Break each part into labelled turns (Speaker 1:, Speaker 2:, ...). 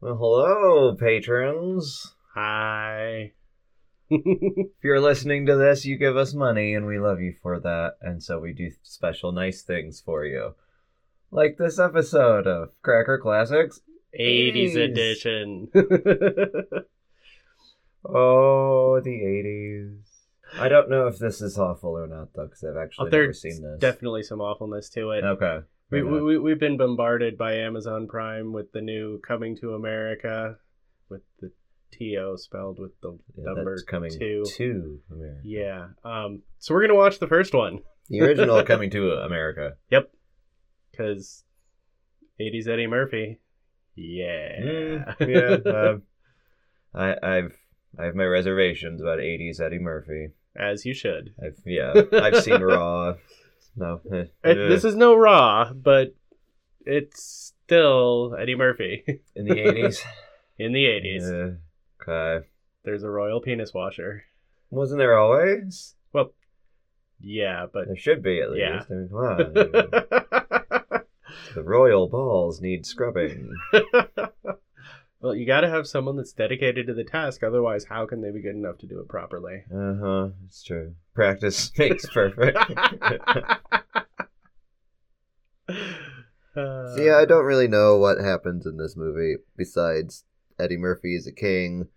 Speaker 1: Well, hello, patrons.
Speaker 2: Hi.
Speaker 1: If you're listening to this, you give us money, and we love you for that, and so we do special nice things for you. Like this episode of Cracker Classics.
Speaker 2: 80s
Speaker 1: Jeez.
Speaker 2: edition.
Speaker 1: Oh, the 80s. I don't know if this is awful or not, though, because I've actually never
Speaker 2: There's
Speaker 1: seen this.
Speaker 2: definitely some awfulness to it.
Speaker 1: okay.
Speaker 2: we,
Speaker 1: Fair
Speaker 2: we,
Speaker 1: enough.
Speaker 2: we, we've been bombarded by Amazon Prime with the new Coming to America with the TO spelled with the
Speaker 1: Yeah,
Speaker 2: number
Speaker 1: that's coming
Speaker 2: two.
Speaker 1: to America.
Speaker 2: Yeah. Um, so we're going to watch the first one
Speaker 1: The original coming to America.
Speaker 2: because 80s Eddie Murphy. Yeah.
Speaker 1: Mm, yeah. um, I, I've I have my reservations about 80s Eddie Murphy.
Speaker 2: As you should.
Speaker 1: I've yeah, I've seen Raw. No, eh,
Speaker 2: It, This is no Raw, but it's still Eddie Murphy
Speaker 1: in the 80s.
Speaker 2: in the 80s.
Speaker 1: Yeah, okay,
Speaker 2: There's a royal penis washer.
Speaker 1: wasn't there always?
Speaker 2: Well, yeah, but
Speaker 1: There should be at least.
Speaker 2: Yeah.
Speaker 1: I mean, come on. the royal balls need scrubbing.
Speaker 2: well, you got to have someone that's dedicated to the task. Otherwise, how can they be good enough to do it properly?
Speaker 1: Uh huh. It's true. Practice makes perfect.
Speaker 2: Uh,
Speaker 3: See, I don't really know what happens in this movie besides Eddie Murphy is a king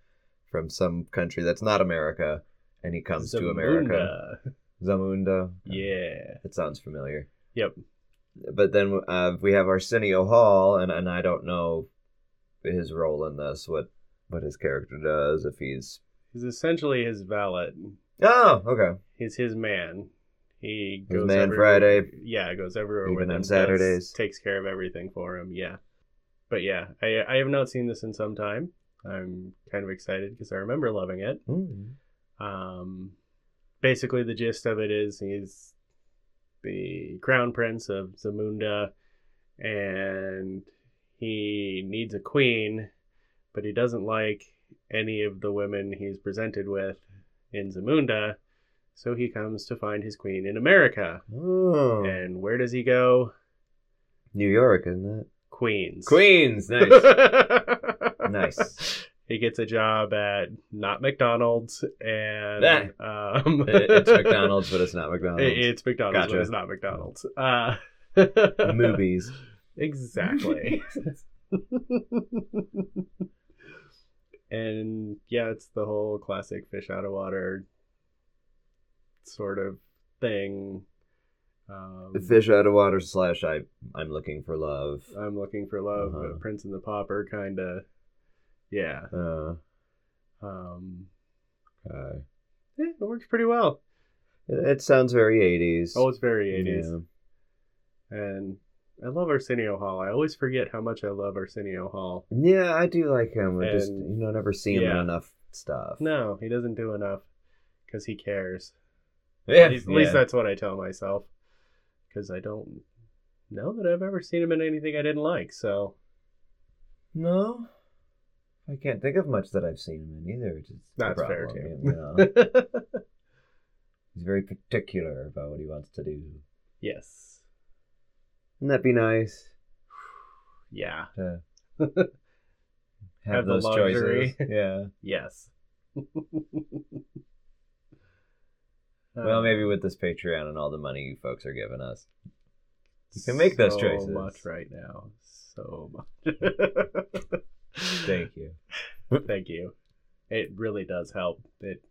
Speaker 1: From some country that's not America, and he comes to America.
Speaker 2: Zamunda.
Speaker 1: Zamunda.
Speaker 2: Yeah.
Speaker 1: It sounds familiar.
Speaker 2: Yep.
Speaker 1: But then uh, we have Arsenio Hall, and, and I don't know his role in this, what what his character does, if he's.
Speaker 2: He's essentially his valet.
Speaker 1: Oh, okay.
Speaker 2: He's his man. He
Speaker 1: His
Speaker 2: goes
Speaker 1: man
Speaker 2: every-
Speaker 1: Friday.
Speaker 2: Yeah, goes everywhere
Speaker 1: Even
Speaker 2: with him.
Speaker 1: on
Speaker 2: does-
Speaker 1: Saturdays.
Speaker 2: takes care of everything for him. Yeah, but yeah, I I have not seen this in some time. I'm kind of excited because I remember loving it.
Speaker 1: Mm.
Speaker 2: Um, basically, the gist of it is he's the crown prince of Zamunda, and he needs a queen, but he doesn't like any of the women he's presented with in Zamunda, so he comes to find his queen in America.
Speaker 1: Oh.
Speaker 2: And where does he go?
Speaker 1: New York, isn't it?
Speaker 2: Queens.
Speaker 1: Queens! Nice.
Speaker 2: Nice.
Speaker 1: Nice.
Speaker 2: He gets a job at not McDonald's and
Speaker 1: That-
Speaker 2: um,
Speaker 1: It- it's McDonald's, but it's not McDonald's.
Speaker 2: It- it's McDonald's,
Speaker 1: Gotcha.
Speaker 2: but it's not McDonald's. Uh,
Speaker 1: Movies.
Speaker 2: Exactly. and yeah, it's the whole classic fish out of water sort of thing. Um,
Speaker 1: Fish out of water slash I, I'm looking for love.
Speaker 2: I'm looking for love,
Speaker 1: Uh-huh.
Speaker 2: uh, Prince and the Pauper, kind of. Yeah.
Speaker 1: Uh,
Speaker 2: Um,
Speaker 1: okay.
Speaker 2: eh, it works pretty well.
Speaker 1: It, it sounds very 80s.
Speaker 2: Oh, it's very 80s.
Speaker 1: Yeah.
Speaker 2: And I love Arsenio Hall. I always forget how much I love Arsenio Hall.
Speaker 1: Yeah, I do like him. I just
Speaker 2: And-
Speaker 1: you know never see him in
Speaker 2: yeah.
Speaker 1: enough stuff.
Speaker 2: No, he doesn't do enough because he cares.
Speaker 1: yeah,
Speaker 2: at least, at least that's what I tell myself because I don't know that I've ever seen him in anything I didn't like. So
Speaker 1: no. I can't think of much that I've seen him in either. Which is the
Speaker 2: That's fair,
Speaker 1: problem,
Speaker 2: too.
Speaker 1: you know. He's very particular about what he wants to do.
Speaker 2: yes,
Speaker 1: Wouldn't that be nice
Speaker 2: yeah,
Speaker 1: to have,
Speaker 2: Have the
Speaker 1: those choices?
Speaker 2: luxury.
Speaker 1: Yeah.
Speaker 2: yes.
Speaker 1: Well, maybe with this Patreon and all the money you folks are giving us, you can make those
Speaker 2: so
Speaker 1: choices.
Speaker 2: much right now. So much.
Speaker 1: thank you.
Speaker 2: Thank you. It really does help. It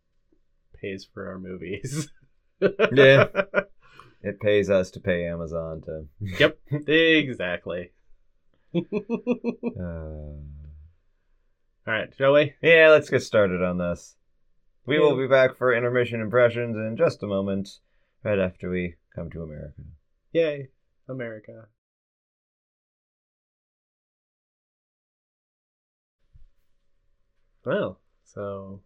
Speaker 2: pays for our movies.
Speaker 1: Yeah. It pays us to pay Amazon to.
Speaker 2: yep. Exactly. All
Speaker 1: Uh,
Speaker 2: right, shall we?
Speaker 1: Yeah, let's get started on this. We will be back for intermission impressions in just a moment, right after we come to America.
Speaker 2: Yay, America. Well, so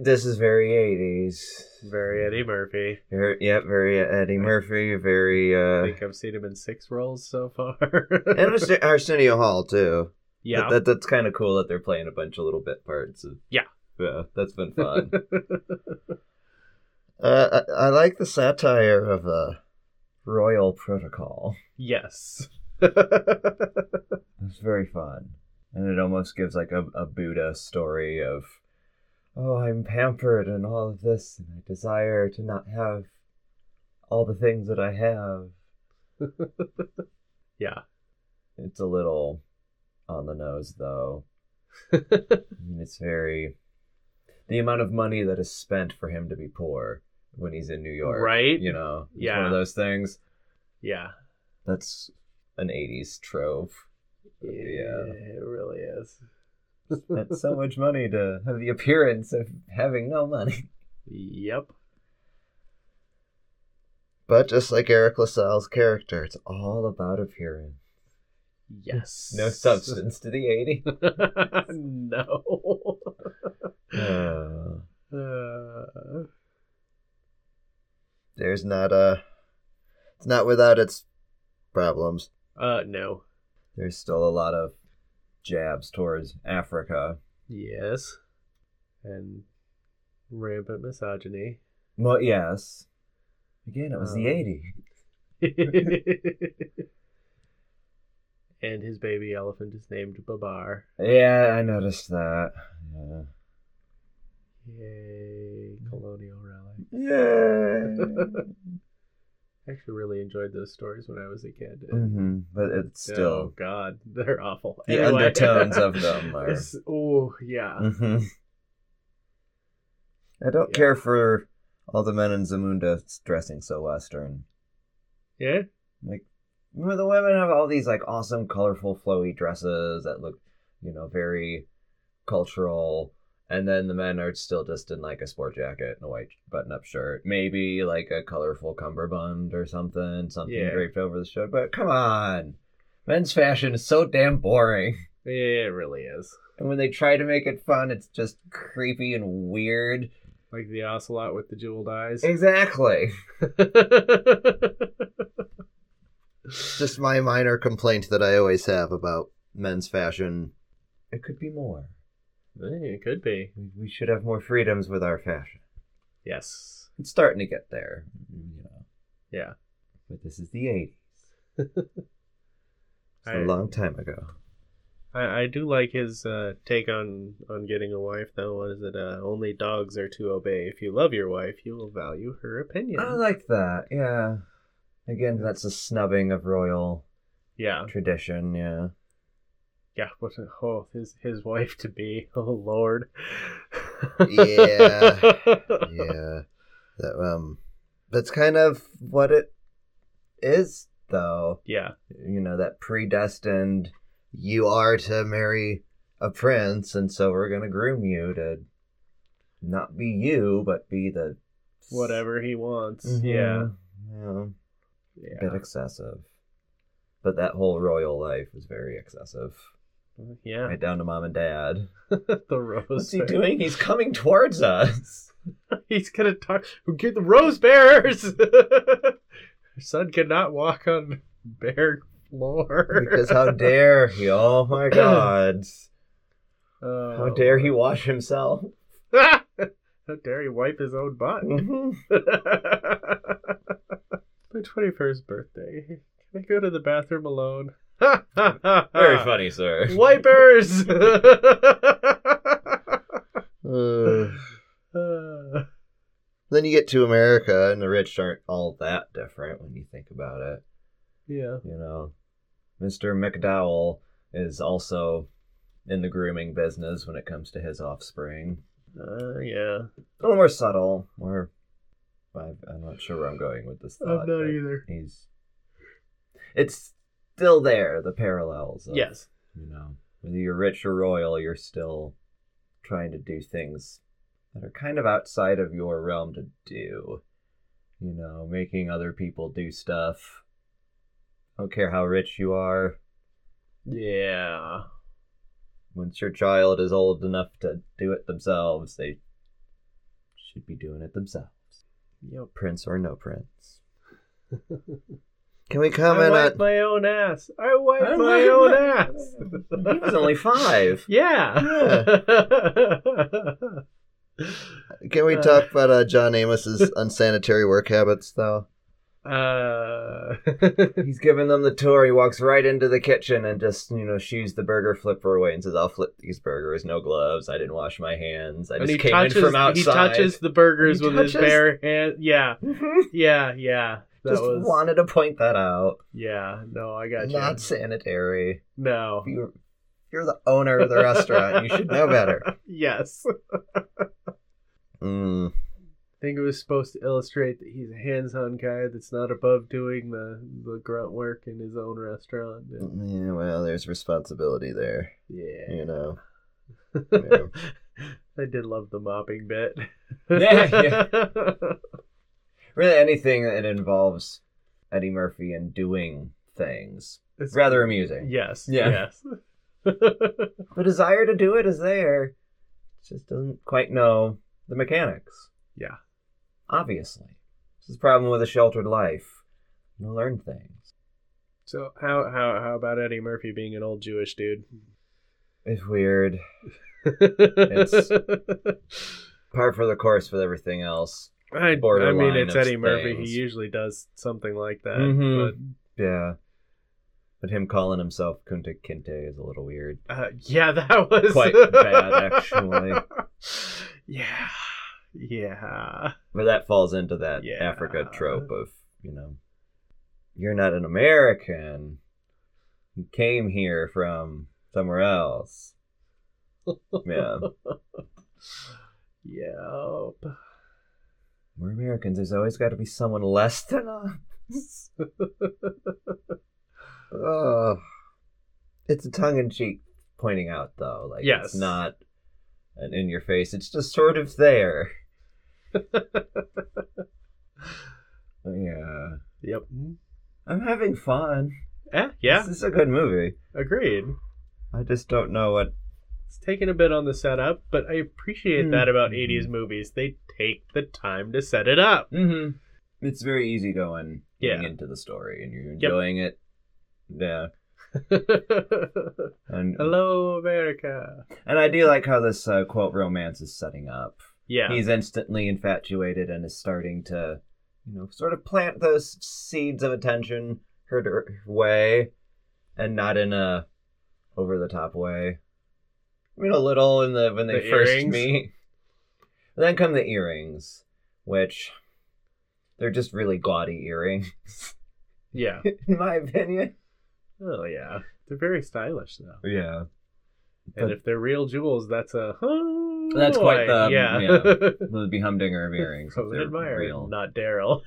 Speaker 1: This is very 80s.
Speaker 2: very Eddie Murphy.
Speaker 1: Very, yeah, very Eddie Murphy, very.
Speaker 2: I
Speaker 1: uh
Speaker 2: think I've seen him in six roles so far.
Speaker 1: And Arsen- Arsenio Hall, too.
Speaker 2: yeah.
Speaker 1: That, that's kind of cool that they're playing a bunch of little bit parts. of-
Speaker 2: Yeah.
Speaker 1: Yeah, that's been fun. uh, I, I like the satire of uh, Royal Protocol.
Speaker 2: yes.
Speaker 1: It's very fun. and it almost gives like a, a Buddha story of, oh, I'm pampered and all of this, and I desire to not have all the things that I have.
Speaker 2: Yeah.
Speaker 1: It's a little on the nose, though. I mean, it's very the amount of money that is spent for him to be poor when he's in New York,
Speaker 2: Right?
Speaker 1: You know, it's one
Speaker 2: Yeah.
Speaker 1: of those things.
Speaker 2: yeah.
Speaker 1: That's an '80s trope. Yeah.
Speaker 2: It really is.
Speaker 1: Spent so much money to have the appearance of having no money.
Speaker 2: Yep.
Speaker 3: But just like Eric LaSalle's character, it's all
Speaker 1: All about appearance,
Speaker 2: Yes.
Speaker 1: no substance to the '80s.
Speaker 2: no.
Speaker 1: Uh,
Speaker 2: Uh,
Speaker 3: there's not a it's not without its problems.
Speaker 2: uh, no.
Speaker 1: there's still a lot of jabs towards Africa.
Speaker 2: Yes. And rampant misogyny.
Speaker 1: Well, yes. Again, it was the
Speaker 2: Um,
Speaker 1: '80s.
Speaker 2: and his baby elephant is named Babar.
Speaker 1: Yeah, I noticed that. Yeah.
Speaker 2: Yay,
Speaker 1: Mm.
Speaker 2: colonial relic.
Speaker 1: Yeah.
Speaker 2: I actually really enjoyed those stories when I was a kid.
Speaker 1: hmm But it's
Speaker 2: Oh
Speaker 1: still.
Speaker 2: God, they're awful.
Speaker 1: The undertones of them are-
Speaker 2: Oh yeah,
Speaker 1: hmm I don't
Speaker 2: Yeah.
Speaker 1: care for all the men in Zamunda dressing so Western.
Speaker 2: yeah.
Speaker 1: Like, well, the women have all these like awesome, colorful, flowy dresses that look, you know, very cultural. And then the men are still just in like a sport jacket and a white button-up shirt, maybe like a colorful cummerbund or something, something
Speaker 2: Yeah.
Speaker 1: draped over the shirt. But come on, men's fashion is so damn boring.
Speaker 2: Yeah, it really is.
Speaker 1: And when they try to make it fun, it's just creepy and weird.
Speaker 2: Like the ocelot with the jeweled eyes.
Speaker 1: Exactly.
Speaker 3: Just my minor complaint that I always have about men's fashion.
Speaker 1: It could be more.
Speaker 2: Eh, it could be.
Speaker 1: We- We should have more freedoms with our fashion.
Speaker 2: Yes.
Speaker 1: It's starting to get there, you know.
Speaker 2: Yeah.
Speaker 1: But this is the 80s. It's a
Speaker 2: I-
Speaker 1: long time ago.
Speaker 2: I, I do like his uh, take on on getting a wife though. What is it? Uh, only dogs are to obey. If you love your wife, you will value her opinion.
Speaker 1: I like that. Yeah. Again, that's a snubbing of royal
Speaker 2: yeah,
Speaker 1: tradition. Yeah.
Speaker 2: yeah. What? Oh, his his wife to be. Oh Lord.
Speaker 3: Yeah. Yeah. That um that's kind of what it
Speaker 1: Is though,
Speaker 2: Yeah.
Speaker 1: you know, that predestined
Speaker 3: you are to marry
Speaker 1: a prince, and so we're gonna groom you to not be you, but be the
Speaker 2: Whatever he wants. Yeah.
Speaker 1: Mhm. Yeah.
Speaker 2: Yeah.
Speaker 1: bit excessive. But that whole royal life was very excessive.
Speaker 2: Yeah.
Speaker 1: Right down to mom and dad.
Speaker 2: the rose.
Speaker 1: What's he
Speaker 2: bear.
Speaker 1: doing? He's coming towards us.
Speaker 2: He's gonna talk. Get the rose bearers. Her son cannot walk on bare floor.
Speaker 1: Because how dare he? Oh my god.
Speaker 2: Oh.
Speaker 1: How dare he wash himself?
Speaker 2: how dare he wipe his own butt?
Speaker 1: Mhm.
Speaker 2: My twenty-first birthday. Can I go to the bathroom alone?
Speaker 1: Very
Speaker 2: Very
Speaker 1: funny, sir.
Speaker 2: Wipers.
Speaker 3: Ugh.
Speaker 2: Uh,
Speaker 3: Then you get to America and
Speaker 1: And the rich aren't all that different when you think about it.
Speaker 2: yeah.
Speaker 1: You know, Mr. McDowell is also in the grooming business when it comes to his offspring.
Speaker 2: Uh, yeah.
Speaker 1: A little more subtle, more. I- I'm not sure where I'm going with this thought.
Speaker 2: I'm
Speaker 1: but-
Speaker 2: not either.
Speaker 1: he's it's still there the parallels of,
Speaker 2: Yes.
Speaker 1: you know whether you're rich or royal you're still trying to do things that are kind of outside of your realm to do you know making other people do stuff don't care how rich you are
Speaker 2: Yeah.
Speaker 1: once your child is old enough to do it themselves they should be doing it themselves
Speaker 2: Yep.
Speaker 1: prince or no prince
Speaker 3: can we
Speaker 2: I
Speaker 3: comment
Speaker 2: wipe
Speaker 3: on
Speaker 2: my own ass. I wipe
Speaker 1: I
Speaker 2: my
Speaker 1: wipe
Speaker 2: own
Speaker 1: my-
Speaker 2: ass.
Speaker 1: he was only five
Speaker 2: yeah.
Speaker 3: uh, can we talk about uh, John Amos's unsanitary work habits though?
Speaker 2: Uh,
Speaker 1: He's giving them the tour. He walks right into the kitchen and just, you know, shoos the burger flipper away and says, I'll flip these burgers. No gloves. I didn't wash my hands. I
Speaker 2: and
Speaker 1: just
Speaker 2: he
Speaker 1: came
Speaker 2: touches,
Speaker 1: in from outside.
Speaker 2: he touches the burgers
Speaker 1: He
Speaker 2: with his
Speaker 1: touches-
Speaker 2: bare hand. Yeah,
Speaker 1: Mhm.
Speaker 2: yeah, yeah. That
Speaker 1: just
Speaker 2: was
Speaker 1: wanted to point that out.
Speaker 2: yeah. No, I got you.
Speaker 1: Not sanitary.
Speaker 2: No,
Speaker 1: If you're, if you're the owner of the restaurant. You should know better.
Speaker 2: yes, I
Speaker 1: Mm.
Speaker 2: think it was supposed to illustrate that he's a hands-on guy that's not above doing the the grunt work in his own restaurant. And-
Speaker 3: Yeah, well, there's responsibility there,
Speaker 2: yeah,
Speaker 3: you know.
Speaker 1: Yeah.
Speaker 2: I did love the mopping bit.
Speaker 1: Yeah, Really, anything that involves Eddie Murphy and doing things.
Speaker 2: It's-
Speaker 1: It's rather amusing.
Speaker 2: Yes.
Speaker 1: Yeah.
Speaker 2: Yes.
Speaker 1: The desire to do it is there. Just doesn't quite know the mechanics.
Speaker 2: Yeah.
Speaker 1: Obviously. This is the problem with a sheltered life. You learn things.
Speaker 2: so how how how about Eddie Murphy being an old Jewish dude?
Speaker 1: It's weird.
Speaker 2: it's,
Speaker 1: Part for the course with everything else.
Speaker 2: I, I mean,
Speaker 1: borderline
Speaker 2: it's
Speaker 1: of
Speaker 2: Eddie Murphy.
Speaker 1: things.
Speaker 2: He usually does something like that.
Speaker 1: Mhm. Yeah. But him calling himself Kunta Kinte is a little weird.
Speaker 2: But uh, yeah, that was
Speaker 1: Quite bad, actually.
Speaker 2: Yeah. Yeah.
Speaker 1: But that falls into that
Speaker 2: Yeah.
Speaker 1: Africa trope of, you know, you're not an American. You came here from somewhere else. Yeah.
Speaker 2: Yep.
Speaker 1: We're Americans. There's always got to be someone less than us. Ugh. It's a tongue in cheek pointing out, though. Like,
Speaker 2: Yes.
Speaker 1: it's not an in your face, it's just sort of there. yeah.
Speaker 2: Yep.
Speaker 1: I'm having fun.
Speaker 2: Eh, yeah.
Speaker 1: This is a good movie.
Speaker 2: Agreed.
Speaker 1: I just don't know what.
Speaker 2: It's taken a bit on the setup, but I appreciate that about
Speaker 1: Mhm.
Speaker 2: 80s movies. They take the time to set it up.
Speaker 1: Mm-hmm. It's very easy going getting
Speaker 2: Yeah.
Speaker 1: into the story, and you're enjoying it. Yeah, and
Speaker 2: Hello, America.
Speaker 1: and I do like how this uh, quote romance is setting up.
Speaker 2: Yeah.
Speaker 1: He's instantly infatuated and is starting to, you know, sort of plant those seeds of attention her dir- way, and not in a over the top way. I mean, a little in the when they
Speaker 2: The
Speaker 1: first
Speaker 2: earrings?
Speaker 1: meet. And then come the earrings, which they're just really gaudy earrings,
Speaker 2: yeah.
Speaker 1: in my opinion.
Speaker 2: Oh, yeah. They're very stylish, though.
Speaker 1: Yeah.
Speaker 2: And
Speaker 1: But-
Speaker 2: if they're real jewels, that's a. Oh,
Speaker 1: That's quite the-
Speaker 2: boy. Yeah.
Speaker 1: yeah. Those would be humdinger of earrings. if
Speaker 2: From an
Speaker 1: they're
Speaker 2: admirer,
Speaker 1: real.
Speaker 2: not Daryl.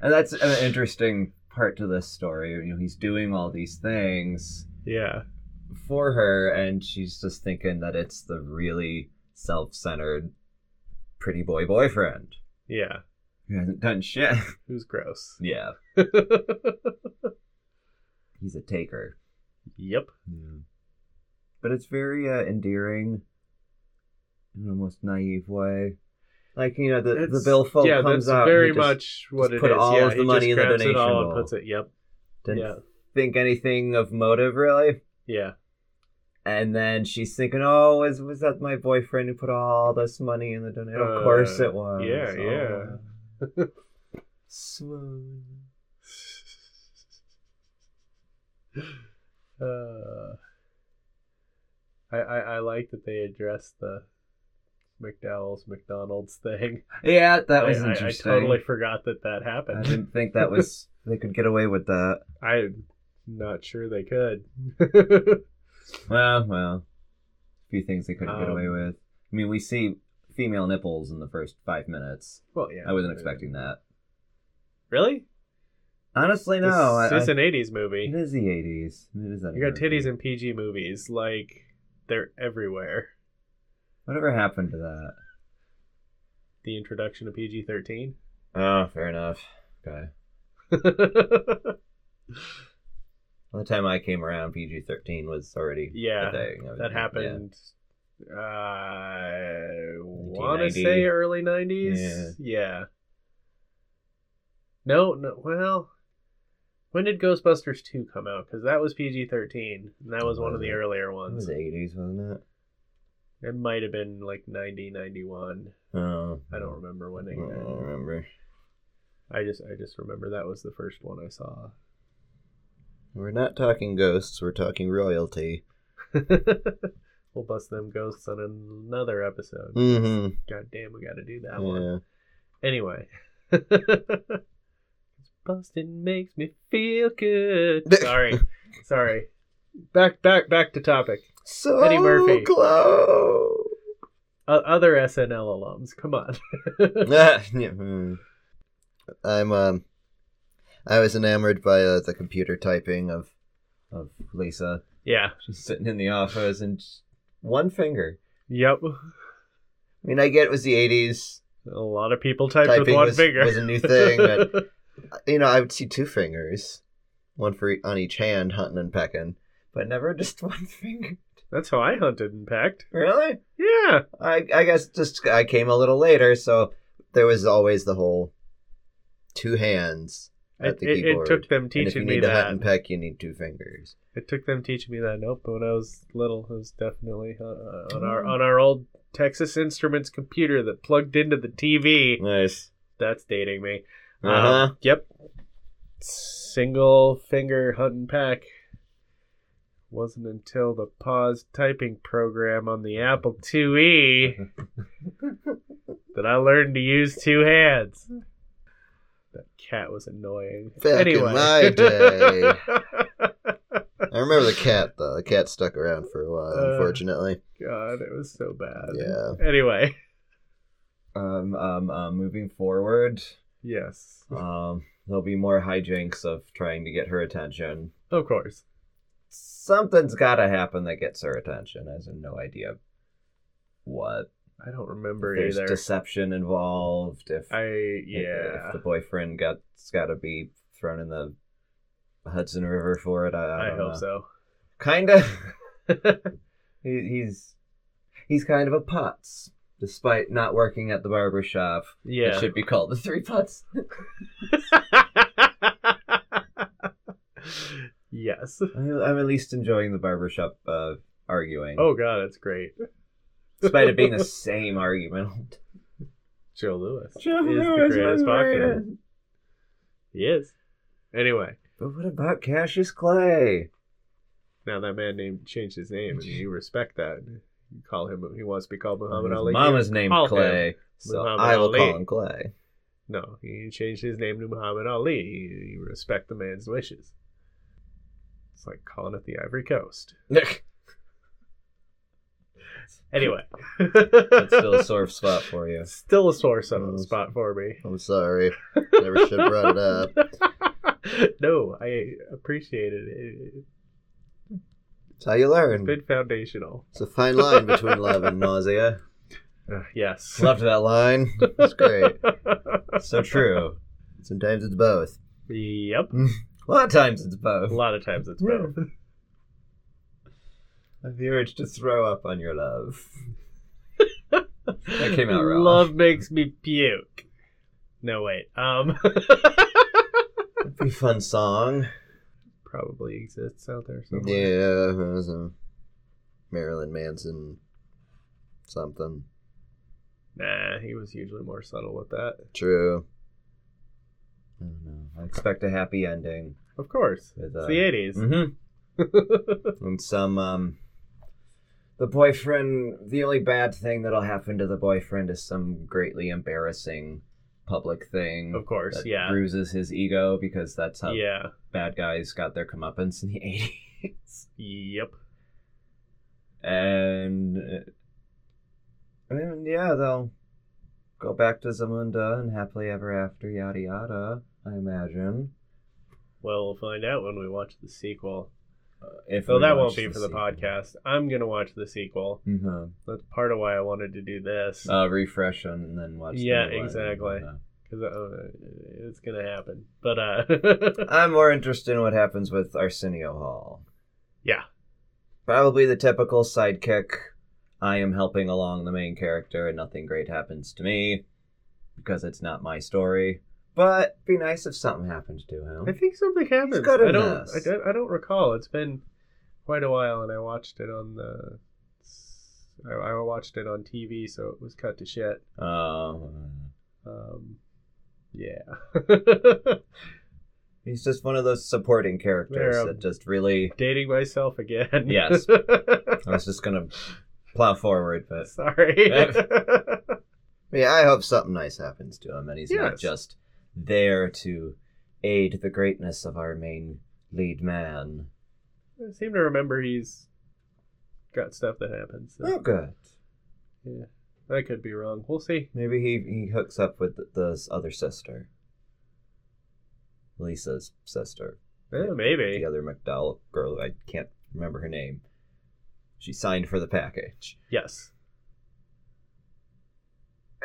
Speaker 1: And that's an interesting part to this story. You know, he's doing all these things
Speaker 2: yeah.
Speaker 1: for her, and she's just thinking that it's the really self-centered, pretty boy boyfriend
Speaker 2: Yeah.
Speaker 1: who hasn't done shit.
Speaker 2: Who's gross.
Speaker 1: yeah, he's a taker.
Speaker 2: yep.
Speaker 1: Yeah. But it's very uh, endearing in an almost naive way. Like you know, the, the
Speaker 2: It's-
Speaker 1: billfold
Speaker 2: yeah,
Speaker 1: comes
Speaker 2: that's
Speaker 1: out. and
Speaker 2: very
Speaker 1: he just
Speaker 2: much what
Speaker 1: just
Speaker 2: it is.
Speaker 1: put all
Speaker 2: yeah,
Speaker 1: of the
Speaker 2: he
Speaker 1: money
Speaker 2: just
Speaker 1: in the
Speaker 2: grabs it
Speaker 1: donation
Speaker 2: all and
Speaker 1: bowl.
Speaker 2: puts it. Yep.
Speaker 1: Didn't
Speaker 2: Yeah.
Speaker 1: think anything of motive really.
Speaker 2: Yeah.
Speaker 1: And then she's thinking, "Oh, was was that my boyfriend who put all this money in the donation?"
Speaker 2: Uh,
Speaker 1: of course it was.
Speaker 2: yeah,
Speaker 1: Oh,
Speaker 2: yeah.
Speaker 1: Swoon.
Speaker 2: Uh, I, I I like that they address the McDowell's McDonald's thing.
Speaker 1: Yeah, that was
Speaker 2: I- I, I
Speaker 1: interesting. I,
Speaker 2: totally forgot that that happened.
Speaker 1: didn't think that was they could get away with that.
Speaker 2: I'm not sure they could.
Speaker 1: Well, well, a few things they couldn't get
Speaker 2: Um,
Speaker 1: away with. I mean, we see female nipples in the first five minutes.
Speaker 2: well, yeah.
Speaker 1: I wasn't expecting that.
Speaker 2: Really?
Speaker 1: Honestly, no. I,
Speaker 2: This is
Speaker 1: I-
Speaker 2: an '80s movie.
Speaker 1: it is the '80s. It is.
Speaker 2: You got titties in PG movies, like they're everywhere.
Speaker 1: Whatever happened to that?
Speaker 2: The introduction of PG thirteen.
Speaker 1: Oh, fair enough. Okay. By the time I came around, PG thirteen was already
Speaker 2: yeah,
Speaker 1: a thing. It was-
Speaker 2: that
Speaker 1: yeah.
Speaker 2: happened. Uh, I want to say early nineties. Yeah. No, no. Well, when did Ghostbusters two come out? Because that was PG thirteen, and that was one of the
Speaker 1: Was it?
Speaker 2: earlier
Speaker 1: It was
Speaker 2: ones.
Speaker 1: eighties, wasn't it?
Speaker 2: It might have been like 90, 91.
Speaker 1: Oh, Mm.
Speaker 2: I don't remember when
Speaker 1: I
Speaker 2: it.
Speaker 1: don't remember.
Speaker 2: I just I just remember that was the first one I saw.
Speaker 3: We're not talking ghosts, we're talking royalty.
Speaker 2: we'll bust them ghosts on another episode.
Speaker 3: Mm-hmm.
Speaker 2: God damn, we got to do that one.
Speaker 3: Yeah.
Speaker 2: Anyway, busting makes me feel good. Sorry, sorry. Back back back to topic.
Speaker 3: So
Speaker 2: Eddie Murphy.
Speaker 3: close.
Speaker 2: O- other SNL alums, come on.
Speaker 3: Ah, yeah, hmm. I'm um I was enamored by uh, the computer typing of
Speaker 1: of Lisa
Speaker 2: yeah.
Speaker 1: just sitting in the office and just one finger.
Speaker 2: Yep.
Speaker 3: I mean I get it was the 80s
Speaker 2: A lot of people typed with
Speaker 3: Typing
Speaker 2: one
Speaker 3: was-
Speaker 2: finger.
Speaker 3: was a new thing, but- you know I would see two fingers one for e- on each hand hunting and pecking but never just one finger
Speaker 2: That's how I hunted and packed.
Speaker 3: really
Speaker 2: Yeah.
Speaker 3: I I guess just I came a little later, so there was always the whole two hands at
Speaker 2: It,
Speaker 3: the
Speaker 2: it, it
Speaker 3: keyboard.
Speaker 2: took them
Speaker 3: and if you
Speaker 2: teaching me
Speaker 3: need to hunt and
Speaker 2: that.
Speaker 3: peck, you need two fingers.
Speaker 2: It took them teaching me that. Nope. But when I was little, it was definitely uh, on
Speaker 3: Mm.
Speaker 2: our on our old Texas Instruments computer that plugged into the
Speaker 3: Mm.
Speaker 2: TV.
Speaker 3: Nice.
Speaker 2: That's dating me.
Speaker 1: Uh-huh.
Speaker 2: Um,
Speaker 3: Uh huh.
Speaker 2: yep. Single finger hunt and pack. Wasn't until the pause typing program on the Apple IIe that I learned to use two hands. That cat was annoying.
Speaker 3: Back in
Speaker 2: anyway.
Speaker 3: my day. I remember the cat though. The cat stuck around for a while,
Speaker 2: Uh,
Speaker 3: unfortunately.
Speaker 2: God, it was so bad.
Speaker 3: Yeah.
Speaker 2: Anyway,
Speaker 1: Um, um, um, moving forward,
Speaker 2: yes,
Speaker 1: um, there'll be more hijinks of trying to get her attention.
Speaker 2: of course.
Speaker 1: Something's gotta happen that gets her attention. I have no idea what.
Speaker 2: I don't remember
Speaker 1: There's
Speaker 2: either.
Speaker 1: deception involved. If
Speaker 2: I
Speaker 1: if
Speaker 2: yeah.
Speaker 1: the boyfriend got gotta be thrown in the Hudson River for it. I, I,
Speaker 2: I
Speaker 1: don't
Speaker 2: hope
Speaker 1: know.
Speaker 2: so.
Speaker 1: Kinda. he, he's he's kind of a putz, despite not working at the barber shop.
Speaker 2: Yeah.
Speaker 1: It should be called the three putts.
Speaker 2: yes.
Speaker 1: I'm I'm at least enjoying the barbershop uh, arguing.
Speaker 2: Oh god, it's great.
Speaker 1: Despite it being the same argument.
Speaker 2: Joe Lewis is the greatest boxer. He is. Anyway,
Speaker 1: But what about Cassius Clay?
Speaker 2: now that man named changed his name, and you respect that. You call him. He wants to be called Muhammad
Speaker 1: His
Speaker 2: Ali.
Speaker 1: mama's named
Speaker 2: call
Speaker 1: Clay, so
Speaker 2: Muhammad
Speaker 1: I will
Speaker 2: Ali.
Speaker 1: call him Clay.
Speaker 2: No, he changed his name to Muhammad Ali. You, you respect the man's wishes. It's like calling it the Ivory Coast. Anyway,
Speaker 1: That's still a sore spot for you.
Speaker 2: still a sore on the spot for me.
Speaker 3: I'm sorry. Never should have brought it up.
Speaker 2: no, I appreciated it.
Speaker 3: It's how you
Speaker 2: It's
Speaker 3: learn.
Speaker 2: been foundational.
Speaker 3: It's a fine line between love and nausea.
Speaker 1: Hmm.
Speaker 2: Uh, yes.
Speaker 1: Loved that line.
Speaker 3: Line. It's great.
Speaker 1: So true.
Speaker 3: Sometimes it's both.
Speaker 2: yep.
Speaker 1: A lot of times it's
Speaker 2: A
Speaker 1: both.
Speaker 2: lot of times it's both.
Speaker 1: The urge to throw up on your love. That came out wrong.
Speaker 2: Love makes me puke. No wait. Um,
Speaker 1: It'd be a fun song.
Speaker 2: probably exists out there somewhere.
Speaker 3: Yeah, it was a Marilyn Manson something.
Speaker 2: Nah, he was usually more subtle with that.
Speaker 3: True.
Speaker 1: I don't know. I expect a happy ending.
Speaker 2: Of course,
Speaker 1: With,
Speaker 2: it's
Speaker 1: uh,
Speaker 2: the 80s
Speaker 1: Mm-hmm. and some um the boyfriend the only bad thing that'll happen to the boyfriend is some greatly embarrassing public thing.
Speaker 2: Of course,
Speaker 1: that
Speaker 2: yeah,
Speaker 1: Bruises his ego because that's how
Speaker 2: yeah,
Speaker 1: bad guys got their comeuppance in the eighties.
Speaker 2: yep.
Speaker 1: And, uh, and yeah, they'll go back to Zamunda and happily ever after, yada yada, I imagine.
Speaker 2: Well, we'll find out when we watch the sequel.
Speaker 1: If
Speaker 2: So
Speaker 1: we
Speaker 2: that won't
Speaker 1: watch
Speaker 2: be for the
Speaker 1: sequel.
Speaker 2: podcast. I'm gonna watch the sequel.
Speaker 1: Mhm.
Speaker 2: That's part of why I wanted to do this
Speaker 1: Uh, refresh and then watch. the
Speaker 2: Yeah,
Speaker 1: new one.
Speaker 2: exactly. because uh, it's gonna happen. But uh,
Speaker 1: I'm more interested in what happens with Arsenio Hall.
Speaker 2: yeah,
Speaker 1: Probably the typical sidekick. I am helping along the main character, and nothing great happens to me because it's not my story. But be nice if something happened to him.
Speaker 2: I think something happens.
Speaker 1: good
Speaker 2: I
Speaker 1: in
Speaker 2: don't.
Speaker 1: this.
Speaker 2: I don't. I don't recall. It's been quite a while, and I watched it on the. I, I watched it on TV, so it was cut to shit.
Speaker 1: Um,
Speaker 2: Um, Yeah.
Speaker 1: He's just one of those supporting characters
Speaker 2: They're, um,
Speaker 1: that just really.
Speaker 2: Dating myself again.
Speaker 1: Yes. I was just gonna plow forward, but
Speaker 2: Sorry.
Speaker 1: yeah, I hope something nice happens to him, and he's not
Speaker 2: Yes.
Speaker 1: just there to aid the greatness of our main lead man.
Speaker 2: I seem to remember he's got stuff that happens. so
Speaker 1: Oh, good.
Speaker 2: I could be wrong. We'll see.
Speaker 1: Maybe he he hooks up with th- this other sister, Lisa's sister,
Speaker 2: Eh,
Speaker 1: the
Speaker 2: maybe.
Speaker 1: other McDowell girl. I can't remember her name. She signed for the package.
Speaker 2: Yes.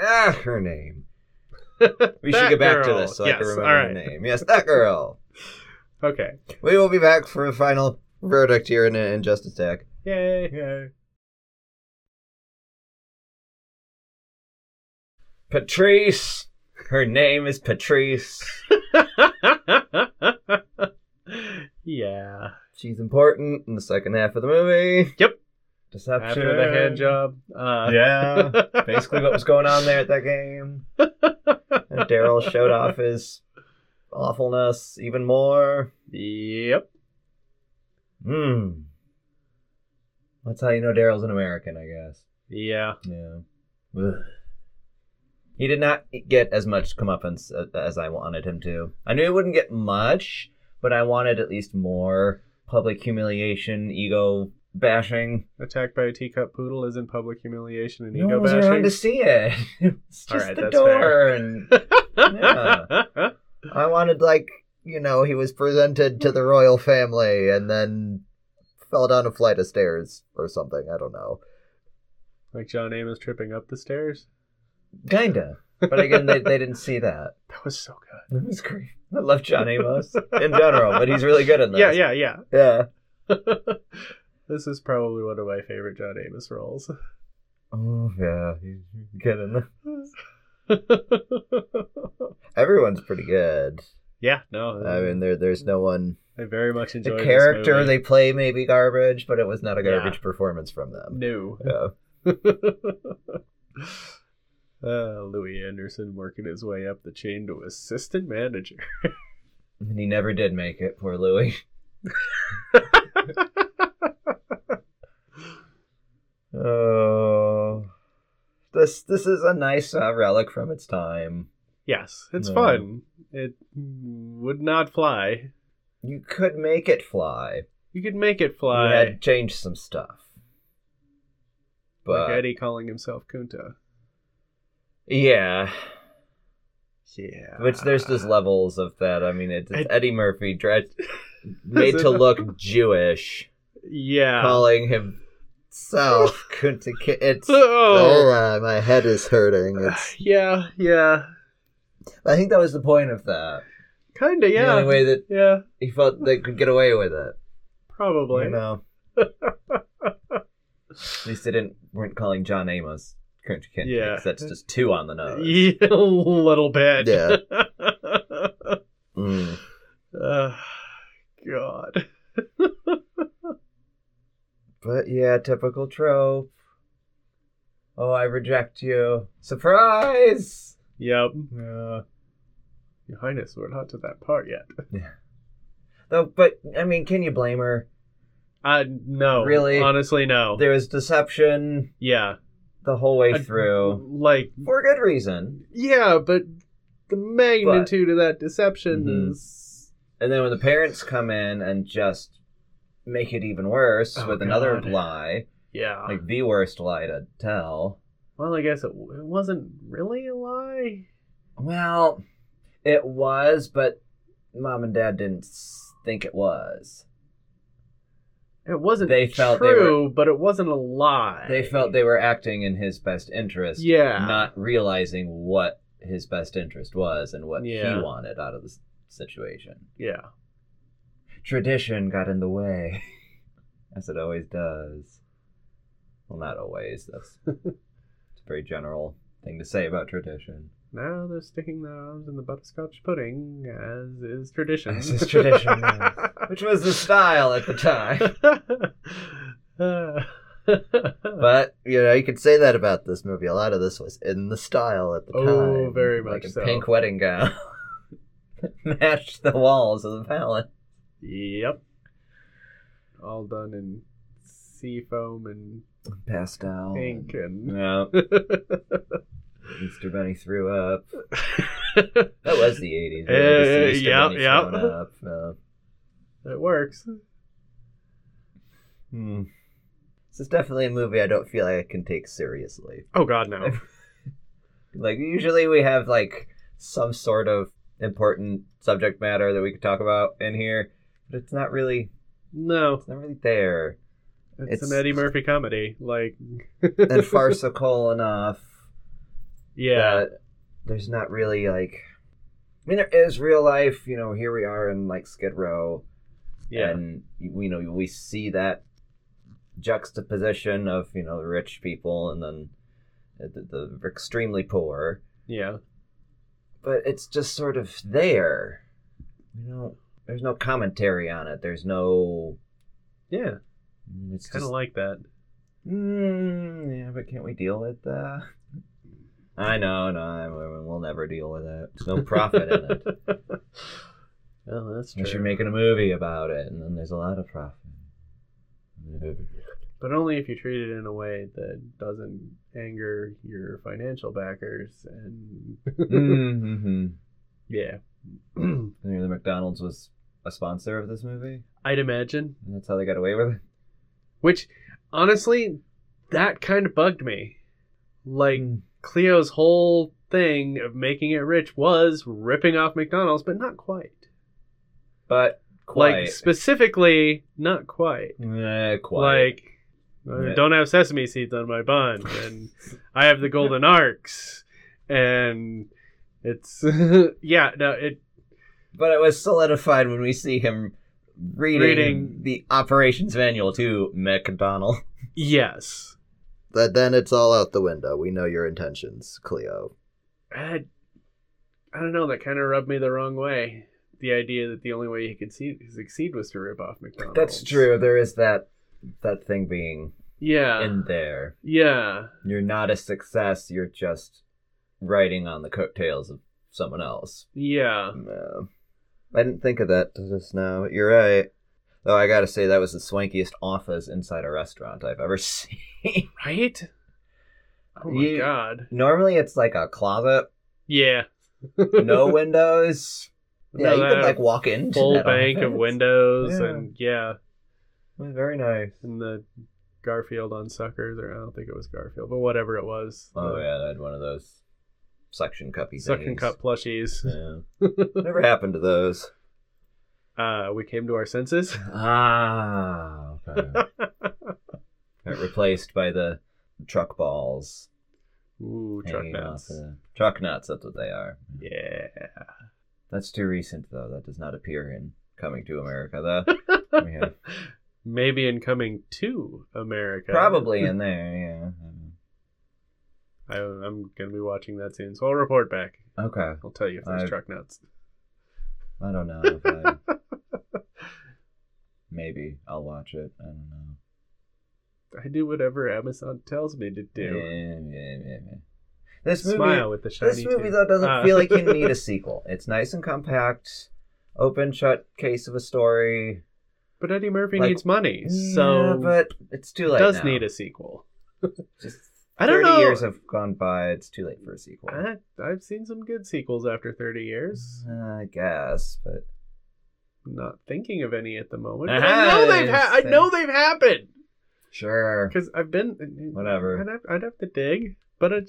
Speaker 1: Ah, her name. We should get back to this so I can remember her name. Yes, that girl.
Speaker 2: Okay.
Speaker 1: We will be back for a final verdict here in, in just a sec.
Speaker 2: Yay. Yay.
Speaker 1: Patrice. Her name is Patrice.
Speaker 2: yeah.
Speaker 1: She's important in the second half of the movie.
Speaker 2: Yep.
Speaker 1: Deception.
Speaker 2: After the hand job. Uh,
Speaker 1: Yeah. Basically, what was going on there at that game. And Daryl showed off his awfulness even more.
Speaker 2: Yep.
Speaker 1: Hmm. That's how you know Daryl's an American, I guess.
Speaker 2: Yeah.
Speaker 1: Yeah. Ugh. He did not get as much comeuppance a- as I wanted him to. I knew he wouldn't get much, but I wanted at least more public humiliation, ego bashing.
Speaker 2: Attacked by a teacup poodle is in public humiliation and
Speaker 1: No
Speaker 2: ego
Speaker 1: one was around
Speaker 2: bashing.
Speaker 1: to see it. It's
Speaker 2: All
Speaker 1: just
Speaker 2: right,
Speaker 1: the
Speaker 2: that's
Speaker 1: door,
Speaker 2: fair.
Speaker 1: and I wanted like you know he was presented to the royal family and then fell down a flight of stairs or something. I don't know.
Speaker 2: like John Amos tripping up the stairs.
Speaker 1: Kinda, but again, they they didn't see that.
Speaker 2: That was so good.
Speaker 1: That was great. I love John Amos in general, but he's really good in this.
Speaker 2: Yeah, yeah, yeah.
Speaker 1: Yeah.
Speaker 2: this is probably one of my favorite John Amos roles.
Speaker 1: Oh yeah, he's good in this. Everyone's pretty good.
Speaker 2: yeah, no,
Speaker 1: I mean, there there's no one.
Speaker 2: I very much
Speaker 1: The
Speaker 2: enjoyed
Speaker 1: character
Speaker 2: Um, This movie.
Speaker 1: they play may be garbage, but it was not a
Speaker 2: Yeah.
Speaker 1: garbage performance from them.
Speaker 2: no,
Speaker 1: Yeah.
Speaker 2: uh, Louis Anderson working his way up the chain to assistant manager.
Speaker 1: And he never did make it. Poor Louis. Oh, this this is a nice uh, relic from its time.
Speaker 2: Yes, it's
Speaker 1: No.
Speaker 2: fun. It would not fly.
Speaker 1: You could make it fly.
Speaker 2: You could make it
Speaker 1: You
Speaker 2: fly.
Speaker 1: had changed some stuff, but
Speaker 2: Like Eddie calling himself Kunta.
Speaker 1: yeah.
Speaker 2: Yeah.
Speaker 1: Which there's
Speaker 2: Ah.
Speaker 1: just levels of that. I mean, it's, it's Eddie Murphy dressed, made
Speaker 2: Is
Speaker 1: to
Speaker 2: it-
Speaker 1: look Jewish,
Speaker 2: Yeah.
Speaker 1: calling himself Kunta. Ki- It's
Speaker 2: oh.
Speaker 1: Ugh, my head is hurting. It's,
Speaker 2: Yeah, yeah.
Speaker 1: I think that was the point of that.
Speaker 2: Kinda,
Speaker 1: The
Speaker 2: yeah.
Speaker 1: only way that
Speaker 2: Yeah,
Speaker 1: he felt they could get away with it.
Speaker 2: probably.
Speaker 1: You know. At least they didn't weren't calling John Amos Kunta Kinte.
Speaker 2: Yeah.
Speaker 1: 'cause That's just two on the nose.
Speaker 2: Yeah, a little bit.
Speaker 1: Yeah. Mm.
Speaker 2: Uh, God.
Speaker 1: But yeah, typical trope. Oh, I reject you. Surprise!
Speaker 2: Yep.
Speaker 1: Yeah.
Speaker 2: Your Highness, we're not to that part yet.
Speaker 1: Though, but I mean, can you blame her?
Speaker 2: Uh, no.
Speaker 1: Really?
Speaker 2: Honestly, no.
Speaker 1: There was deception
Speaker 2: yeah.
Speaker 1: the whole way
Speaker 2: Uh,
Speaker 1: through
Speaker 2: Like,
Speaker 1: for good reason.
Speaker 2: yeah, but the magnitude of that deception
Speaker 1: Mhm.
Speaker 2: is.
Speaker 1: And then when the parents come in and just make it even worse
Speaker 2: Oh,
Speaker 1: with another
Speaker 2: God.
Speaker 1: lie,
Speaker 2: Yeah.
Speaker 1: like the worst lie to tell.
Speaker 2: well, I guess it, it wasn't really a lie.
Speaker 1: Well, it was, but mom and dad didn't s- think it was.
Speaker 2: It wasn't
Speaker 1: They felt they
Speaker 2: true, but it wasn't a lie.
Speaker 1: They felt they were acting in his best interest.
Speaker 2: Yeah.
Speaker 1: not realizing what his best interest was and what
Speaker 2: Yeah.
Speaker 1: he wanted out of this situation.
Speaker 2: yeah.
Speaker 1: Tradition got in the way, as it always does. Well, not always. That's it's a very general thing to say about tradition.
Speaker 2: Now they're sticking their arms in the butterscotch pudding, as is tradition.
Speaker 1: As is tradition, yes. Which was the style at the time.
Speaker 2: Uh,
Speaker 1: But you know, you could say that about this movie. A lot of this was in the style at the time.
Speaker 2: Oh, very
Speaker 1: like
Speaker 2: much
Speaker 1: a
Speaker 2: so.
Speaker 1: pink wedding gown matched the walls of the palace.
Speaker 2: Yep. All done in sea foam and
Speaker 1: Pastel.
Speaker 2: ink and.
Speaker 4: No,
Speaker 1: Mr. Bunny threw up.
Speaker 2: it
Speaker 1: That was the eighties.
Speaker 2: Eh, yeah, yeah. works. Hmm.
Speaker 1: This is definitely a movie I don't feel like I can take seriously.
Speaker 2: Oh God, no.
Speaker 1: Like usually we have like some sort of important subject matter that we could talk about in here, but it's not really
Speaker 2: No,
Speaker 1: it's not really there.
Speaker 2: it's,
Speaker 1: It's-
Speaker 2: an Eddie Murphy comedy. Like,
Speaker 1: and farcical enough
Speaker 2: yeah,
Speaker 1: that there's not really like I mean there is real life, you know, here we are in like Skid Row
Speaker 2: yeah,
Speaker 1: and you know, we see that juxtaposition of, you know, the rich people and then the, the extremely poor,
Speaker 2: yeah.
Speaker 1: but it's just sort of there. You know, there's no commentary on it. There's no
Speaker 2: Yeah,
Speaker 1: it's
Speaker 2: kind
Speaker 1: just
Speaker 2: of like that.
Speaker 1: Mm, yeah, but can't we deal with that? I know, no, we'll never deal with it. There's no profit in it.
Speaker 2: Oh,
Speaker 1: Unless
Speaker 2: that's true.
Speaker 1: you're making a movie about it, and then there's a lot of profit.
Speaker 2: but only if you treat it in a way that doesn't anger your financial backers. And
Speaker 1: mm-hmm.
Speaker 2: yeah,
Speaker 1: The McDonald's was a sponsor of this movie,
Speaker 2: I'd imagine.
Speaker 1: and that's how they got away with it.
Speaker 2: Which, honestly, that kind of bugged me. Like
Speaker 1: Hmm.
Speaker 2: Cleo's whole thing of making it rich was ripping off McDonald's, but not quite.
Speaker 1: But
Speaker 2: Like
Speaker 1: quite,
Speaker 2: specifically, not quite.
Speaker 1: Eh, quite.
Speaker 2: Like, I
Speaker 1: Yeah.
Speaker 2: don't have sesame seeds on my bun, and I have the golden arcs, and it's yeah, no, it
Speaker 1: But it was solidified when we see him reading,
Speaker 2: Reading.
Speaker 1: the operations manual to McDonald.
Speaker 2: yes,
Speaker 1: That then it's all out the window. We know your intentions, Cleo.
Speaker 2: I, I don't know, that kind of rubbed me the wrong way. The idea that the only way he could see, succeed was to rip off McDonald's.
Speaker 1: That's true. There is that that thing being
Speaker 2: Yeah,
Speaker 1: in there.
Speaker 2: yeah,
Speaker 1: You're not a success. You're just riding on the coattails of someone else.
Speaker 2: yeah.
Speaker 1: No. I didn't think of that till just now. but You're right. Though I gotta say that was the swankiest office inside a restaurant I've ever seen.
Speaker 2: Right? Oh my
Speaker 1: You-
Speaker 2: god.
Speaker 1: Normally it's like a closet,
Speaker 2: Yeah.
Speaker 1: no windows. Yeah,
Speaker 2: No,
Speaker 1: you
Speaker 2: that
Speaker 1: could like walk into
Speaker 2: full
Speaker 1: that
Speaker 2: bank of
Speaker 1: office.
Speaker 2: windows
Speaker 1: Yeah.
Speaker 2: and yeah.
Speaker 1: It was Very nice.
Speaker 2: and the Garfield on suckers, or I don't think it was Garfield, but whatever it was.
Speaker 1: Oh
Speaker 2: the
Speaker 1: yeah, I had one of those suction cuppy
Speaker 2: Suction
Speaker 1: thingies.
Speaker 2: cup plushies.
Speaker 1: Yeah. Never happened to those.
Speaker 2: Uh, we came to our senses.
Speaker 1: Ah. Okay. Got replaced by the truck balls.
Speaker 2: Ooh, truck
Speaker 1: hanging off
Speaker 2: nuts.
Speaker 1: the- Truck nuts. That's what they are.
Speaker 2: Yeah.
Speaker 1: That's too recent though. That does not appear in Coming to America though. We have-
Speaker 2: Maybe in coming to America.
Speaker 1: probably in there. Yeah.
Speaker 2: I, I'm going to be watching that soon, so I'll report back.
Speaker 1: Okay.
Speaker 2: I'll tell you if there's
Speaker 1: I-
Speaker 2: truck nuts.
Speaker 1: I don't know. If I... Maybe I'll watch it. I don't know.
Speaker 2: I do whatever Amazon tells me to do.
Speaker 1: Yeah, yeah, yeah, yeah. This movie,
Speaker 2: Smile with the shiny
Speaker 1: this movie
Speaker 2: tooth.
Speaker 1: though doesn't
Speaker 2: Ah.
Speaker 1: feel like you need a sequel. It's nice and compact, open shut case of a story.
Speaker 2: But Eddie Murphy
Speaker 1: Like-
Speaker 2: needs money,
Speaker 1: yeah,
Speaker 2: so
Speaker 1: but it's too late.
Speaker 2: does
Speaker 1: now.
Speaker 2: need a sequel.
Speaker 1: Just
Speaker 2: I
Speaker 1: 30
Speaker 2: don't know.
Speaker 1: years have gone by. It's too late for a sequel.
Speaker 2: I, I've seen some good sequels after 30 years.
Speaker 1: I guess, but
Speaker 2: not thinking of any at the moment.
Speaker 1: Uh-huh.
Speaker 2: but I know they've ha- I
Speaker 1: Yes,
Speaker 2: know they've happened
Speaker 1: sure.
Speaker 2: because I've been uh,
Speaker 1: Whatever.
Speaker 2: I'd have, I'd have to dig, but I,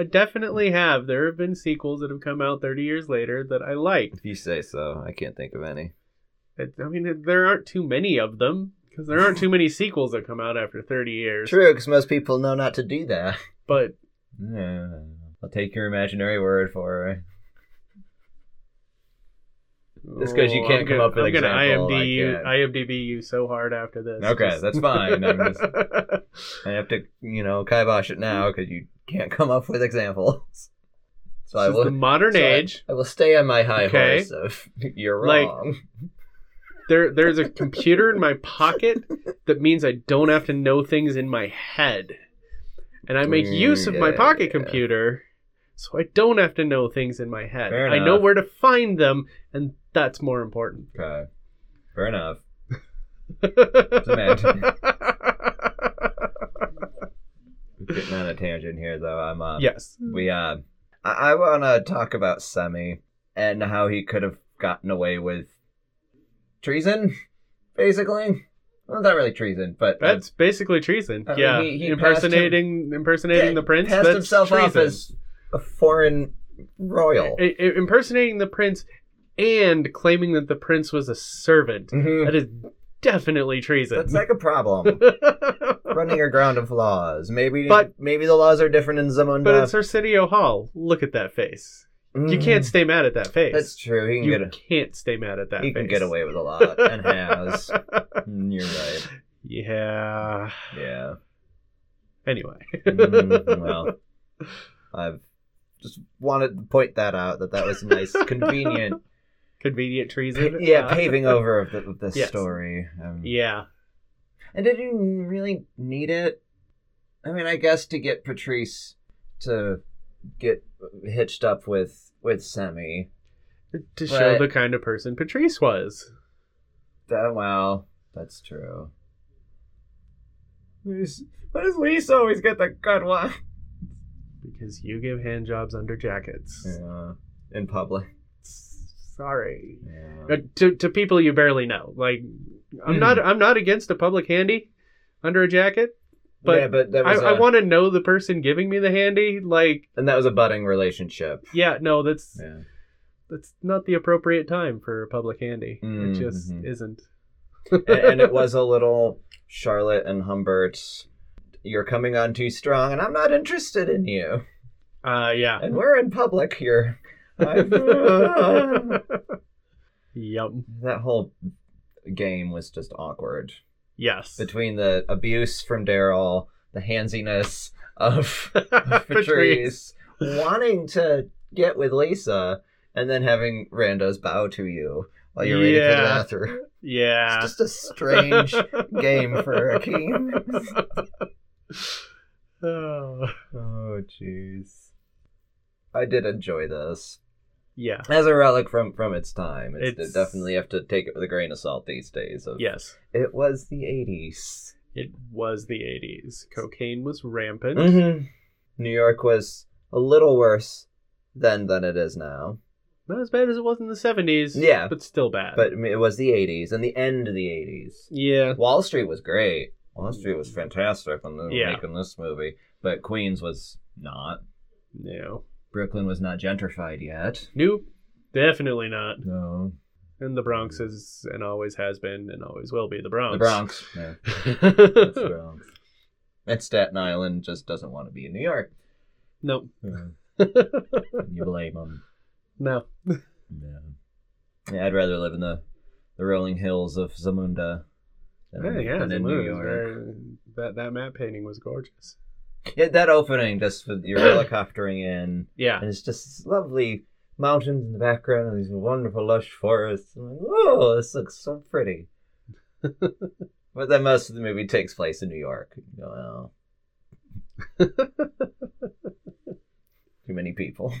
Speaker 2: I definitely have. There have been sequels that have come out 30 years later that I liked.
Speaker 1: If you say so, I can't think of any.
Speaker 2: It, I mean, there aren't too many of them because there aren't too many sequels that come out after 30 years.
Speaker 1: True, because most people know not to do that.
Speaker 2: But
Speaker 1: Yeah, I'll take your imaginary word for it. Just 'cause you
Speaker 2: Oh,
Speaker 1: can't
Speaker 2: I'm
Speaker 1: come
Speaker 2: gonna-
Speaker 1: up with
Speaker 2: I'm gonna
Speaker 1: example,
Speaker 2: IMD you,
Speaker 1: like, uh,
Speaker 2: IMDb you so hard after this.
Speaker 1: Okay,
Speaker 2: Just-
Speaker 1: that's fine. I'm I have to, you know, kibosh it now because you can't come up with examples. So I
Speaker 2: This is the
Speaker 1: will.
Speaker 2: modern
Speaker 1: so I-
Speaker 2: age.
Speaker 1: I will stay on my high
Speaker 2: Okay.
Speaker 1: horse of you're
Speaker 2: Like-
Speaker 1: wrong.
Speaker 2: There, there's a computer in my pocket that means I don't have to know things in my head. and I make
Speaker 1: Mm,
Speaker 2: use of my
Speaker 1: yeah,
Speaker 2: pocket
Speaker 1: yeah.
Speaker 2: computer, so I don't have to know things in my head.
Speaker 1: Fair
Speaker 2: I know
Speaker 1: enough.
Speaker 2: where to find them, and that's more important.
Speaker 1: Okay. Fair enough. Getting on a tangent here though. I'm uh
Speaker 2: yes.
Speaker 1: we uh I, I wanna talk about Semi and how he could have gotten away with treason, basically. Well not really treason, but uh,
Speaker 2: That's basically treason.
Speaker 1: I mean,
Speaker 2: yeah,
Speaker 1: Uh, he- he
Speaker 2: impersonating impersonating the prince.
Speaker 1: passed
Speaker 2: that's
Speaker 1: himself off
Speaker 2: treason.
Speaker 1: as a foreign royal.
Speaker 2: I- I- impersonating the prince and claiming that the prince was a servant.
Speaker 1: Mhm.
Speaker 2: That is definitely treason.
Speaker 1: That's like a problem. Running aground of laws. Maybe
Speaker 2: But-
Speaker 1: maybe the laws are different in Zamunda. Mm-hmm.
Speaker 2: but it's Arsenio Hall. Look at that face. You can't stay mad at that face.
Speaker 1: Hmm. That's true. He can
Speaker 2: you
Speaker 1: get a,
Speaker 2: can't stay mad at that
Speaker 1: he
Speaker 2: face.
Speaker 1: can get away with a lot and has. Mm, You're right.
Speaker 2: Yeah.
Speaker 1: Yeah.
Speaker 2: Anyway.
Speaker 1: Mm, well, I've just wanted to point that out that that was a nice, convenient,
Speaker 2: Convenient treason.
Speaker 1: yeah,
Speaker 2: Uh,
Speaker 1: paving over of the, of the
Speaker 2: Yes.
Speaker 1: story. Um,
Speaker 2: yeah.
Speaker 1: And did you really need it? I mean, I guess to get Patrice to get hitched up with with Semi.
Speaker 2: To
Speaker 1: But-
Speaker 2: show the kind of person Patrice was.
Speaker 1: That well, that's true. Where's- Why does Lisa always get the good one?
Speaker 2: Because you give hand jobs under jackets.
Speaker 1: Yeah, in public.
Speaker 2: Sorry.
Speaker 1: Yeah.
Speaker 2: Uh, to to people you barely know. Like I'm
Speaker 1: Hmm.
Speaker 2: not I'm not against a public handy under a jacket. But
Speaker 1: yeah, but that
Speaker 2: I,
Speaker 1: was uh,
Speaker 2: I
Speaker 1: a-
Speaker 2: want to know the person giving me the handy. Like,
Speaker 1: and that was a budding relationship.
Speaker 2: yeah, no, that's
Speaker 1: Yeah.
Speaker 2: that's not the appropriate time for a public handy.
Speaker 1: Mm,
Speaker 2: it just
Speaker 1: mhm.
Speaker 2: isn't.
Speaker 1: and, and it was a little Charlotte and Humbert. You're coming on too strong, and I'm not interested in you.
Speaker 2: Uh, yeah.
Speaker 1: And we're in public here. I've-
Speaker 2: Yep.
Speaker 1: that whole game was just awkward
Speaker 2: Yes.
Speaker 1: between the abuse from Daryl, the handsiness of Patrice wanting to get with Lisa and then having randos bow to you while you're waiting for the
Speaker 2: Yeah.
Speaker 1: bathroom.
Speaker 2: Yeah.
Speaker 1: It's just a strange game for Akeem.
Speaker 2: Oh,
Speaker 1: Oh, jeez. I did enjoy this.
Speaker 2: yeah.
Speaker 1: As a relic from from its time, it's,
Speaker 2: It's-
Speaker 1: definitely have to take it with a grain of salt these days. Of,
Speaker 2: Yes.
Speaker 1: It was the 80s.
Speaker 2: It was the 80s. Cocaine was rampant.
Speaker 1: hmm New York was a little worse then than it is now.
Speaker 2: Not as bad as it was in the 70s.
Speaker 1: Yeah.
Speaker 2: But still bad.
Speaker 1: But I mean, it was the 80s and the end of the 80s.
Speaker 2: yeah.
Speaker 1: Wall Street was great. Wall Street was fantastic when they were
Speaker 2: Yeah.
Speaker 1: making this movie. But Queens was not.
Speaker 2: No.
Speaker 1: Brooklyn was not gentrified yet.
Speaker 2: Nope. Definitely not.
Speaker 1: No.
Speaker 2: And the Bronx is and always has been and always will be the Bronx.
Speaker 1: The Bronx. No. That's
Speaker 2: Bronx.
Speaker 1: wrong. And Staten Island just doesn't want to be in New York.
Speaker 2: nope.
Speaker 1: you blame them.
Speaker 2: No.
Speaker 1: Yeah. yeah, I'd rather live in the, the rolling hills of Zamunda than,
Speaker 2: Yeah, yeah,
Speaker 1: than
Speaker 2: the
Speaker 1: in New
Speaker 2: moon is
Speaker 1: York.
Speaker 2: very- that that map painting was gorgeous.
Speaker 1: Yeah, that opening just with your helicoptering in,
Speaker 2: Yeah.
Speaker 1: and it's just this lovely mountains in the background and these wonderful lush forests. I'm like, whoa, this looks so pretty. but then most of the movie takes place in New York. You go, oh. Too many people.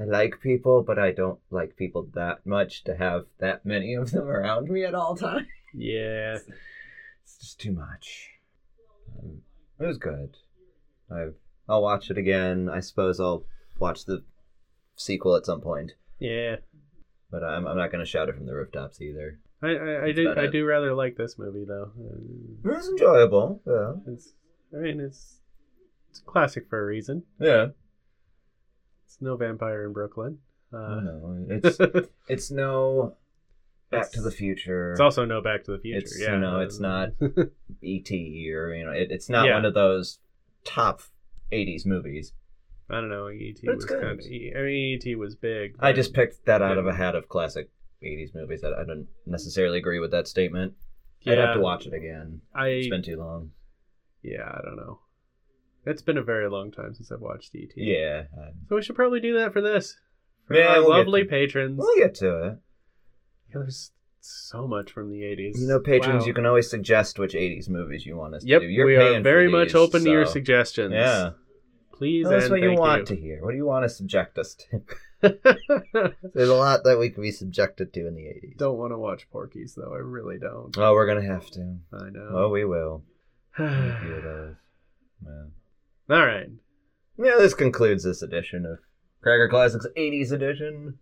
Speaker 1: I like people, but I don't like people that much to have that many of them around me at all times.
Speaker 2: Yeah.
Speaker 1: It's just too much. Um, it was good. I I'll watch it again. I suppose I'll watch the sequel at some point,
Speaker 2: Yeah.
Speaker 1: but I'm I'm not gonna shout it from the rooftops either.
Speaker 2: I I, I
Speaker 1: That's
Speaker 2: do
Speaker 1: about
Speaker 2: I
Speaker 1: it.
Speaker 2: do rather like this movie though. Um,
Speaker 1: It was enjoyable. Yeah.
Speaker 2: It's I mean it's it's a classic for a reason.
Speaker 1: Yeah.
Speaker 2: It's no vampire in Brooklyn.
Speaker 1: I
Speaker 2: Uh,
Speaker 1: know.
Speaker 2: it's,
Speaker 1: It's it's no Back to the Future.
Speaker 2: also no Back to the Future.
Speaker 1: It's-
Speaker 2: yeah. uh,
Speaker 1: no, it's not. E.T. or you know, it, it's not
Speaker 2: Yeah.
Speaker 1: one of those top '80s movies.
Speaker 2: I don't know. E.T.
Speaker 1: But
Speaker 2: was
Speaker 1: it's good.
Speaker 2: kind of. I mean, E.T. was big.
Speaker 1: I
Speaker 2: but-
Speaker 1: just picked that out of a hat of classic '80s movies. That I don't necessarily agree with that statement. I'd have to
Speaker 2: Yeah,
Speaker 1: watch it again.
Speaker 2: I
Speaker 1: It's been too long.
Speaker 2: yeah. I don't know. It's been a very long time since I've watched E.T.
Speaker 1: Yeah. uh,
Speaker 2: So we should probably do that for this. For
Speaker 1: Yeah,
Speaker 2: our
Speaker 1: we'll get
Speaker 2: lovely
Speaker 1: to-
Speaker 2: patrons.
Speaker 1: We'll get to it.
Speaker 2: Yeah, there's so much from the 80s.
Speaker 1: You know, patrons,
Speaker 2: Wow.
Speaker 1: you can always suggest which 80s movies you want us
Speaker 2: Yep,
Speaker 1: to do. You're
Speaker 2: we
Speaker 1: paying
Speaker 2: are very
Speaker 1: for
Speaker 2: much
Speaker 1: these,
Speaker 2: open to your
Speaker 1: so-
Speaker 2: suggestions.
Speaker 1: Yeah.
Speaker 2: Please
Speaker 1: Tell us
Speaker 2: and
Speaker 1: what you
Speaker 2: thank
Speaker 1: want to hear. What do you want to subject us to?
Speaker 3: There's a lot that we could be subjected to in the 80s.
Speaker 2: don't want to watch Porky's though. I really don't.
Speaker 1: Oh, we're going to have to. Oh,
Speaker 2: I know.
Speaker 1: we will. A few of
Speaker 2: All
Speaker 1: those. Yeah.
Speaker 2: right.
Speaker 1: Yeah, this concludes this edition of Cracker Classics 80s edition.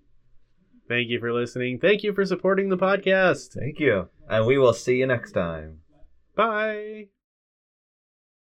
Speaker 2: Thank you for listening. Thank you for supporting the podcast.
Speaker 1: Thank you. And we will see you next time.
Speaker 2: Bye.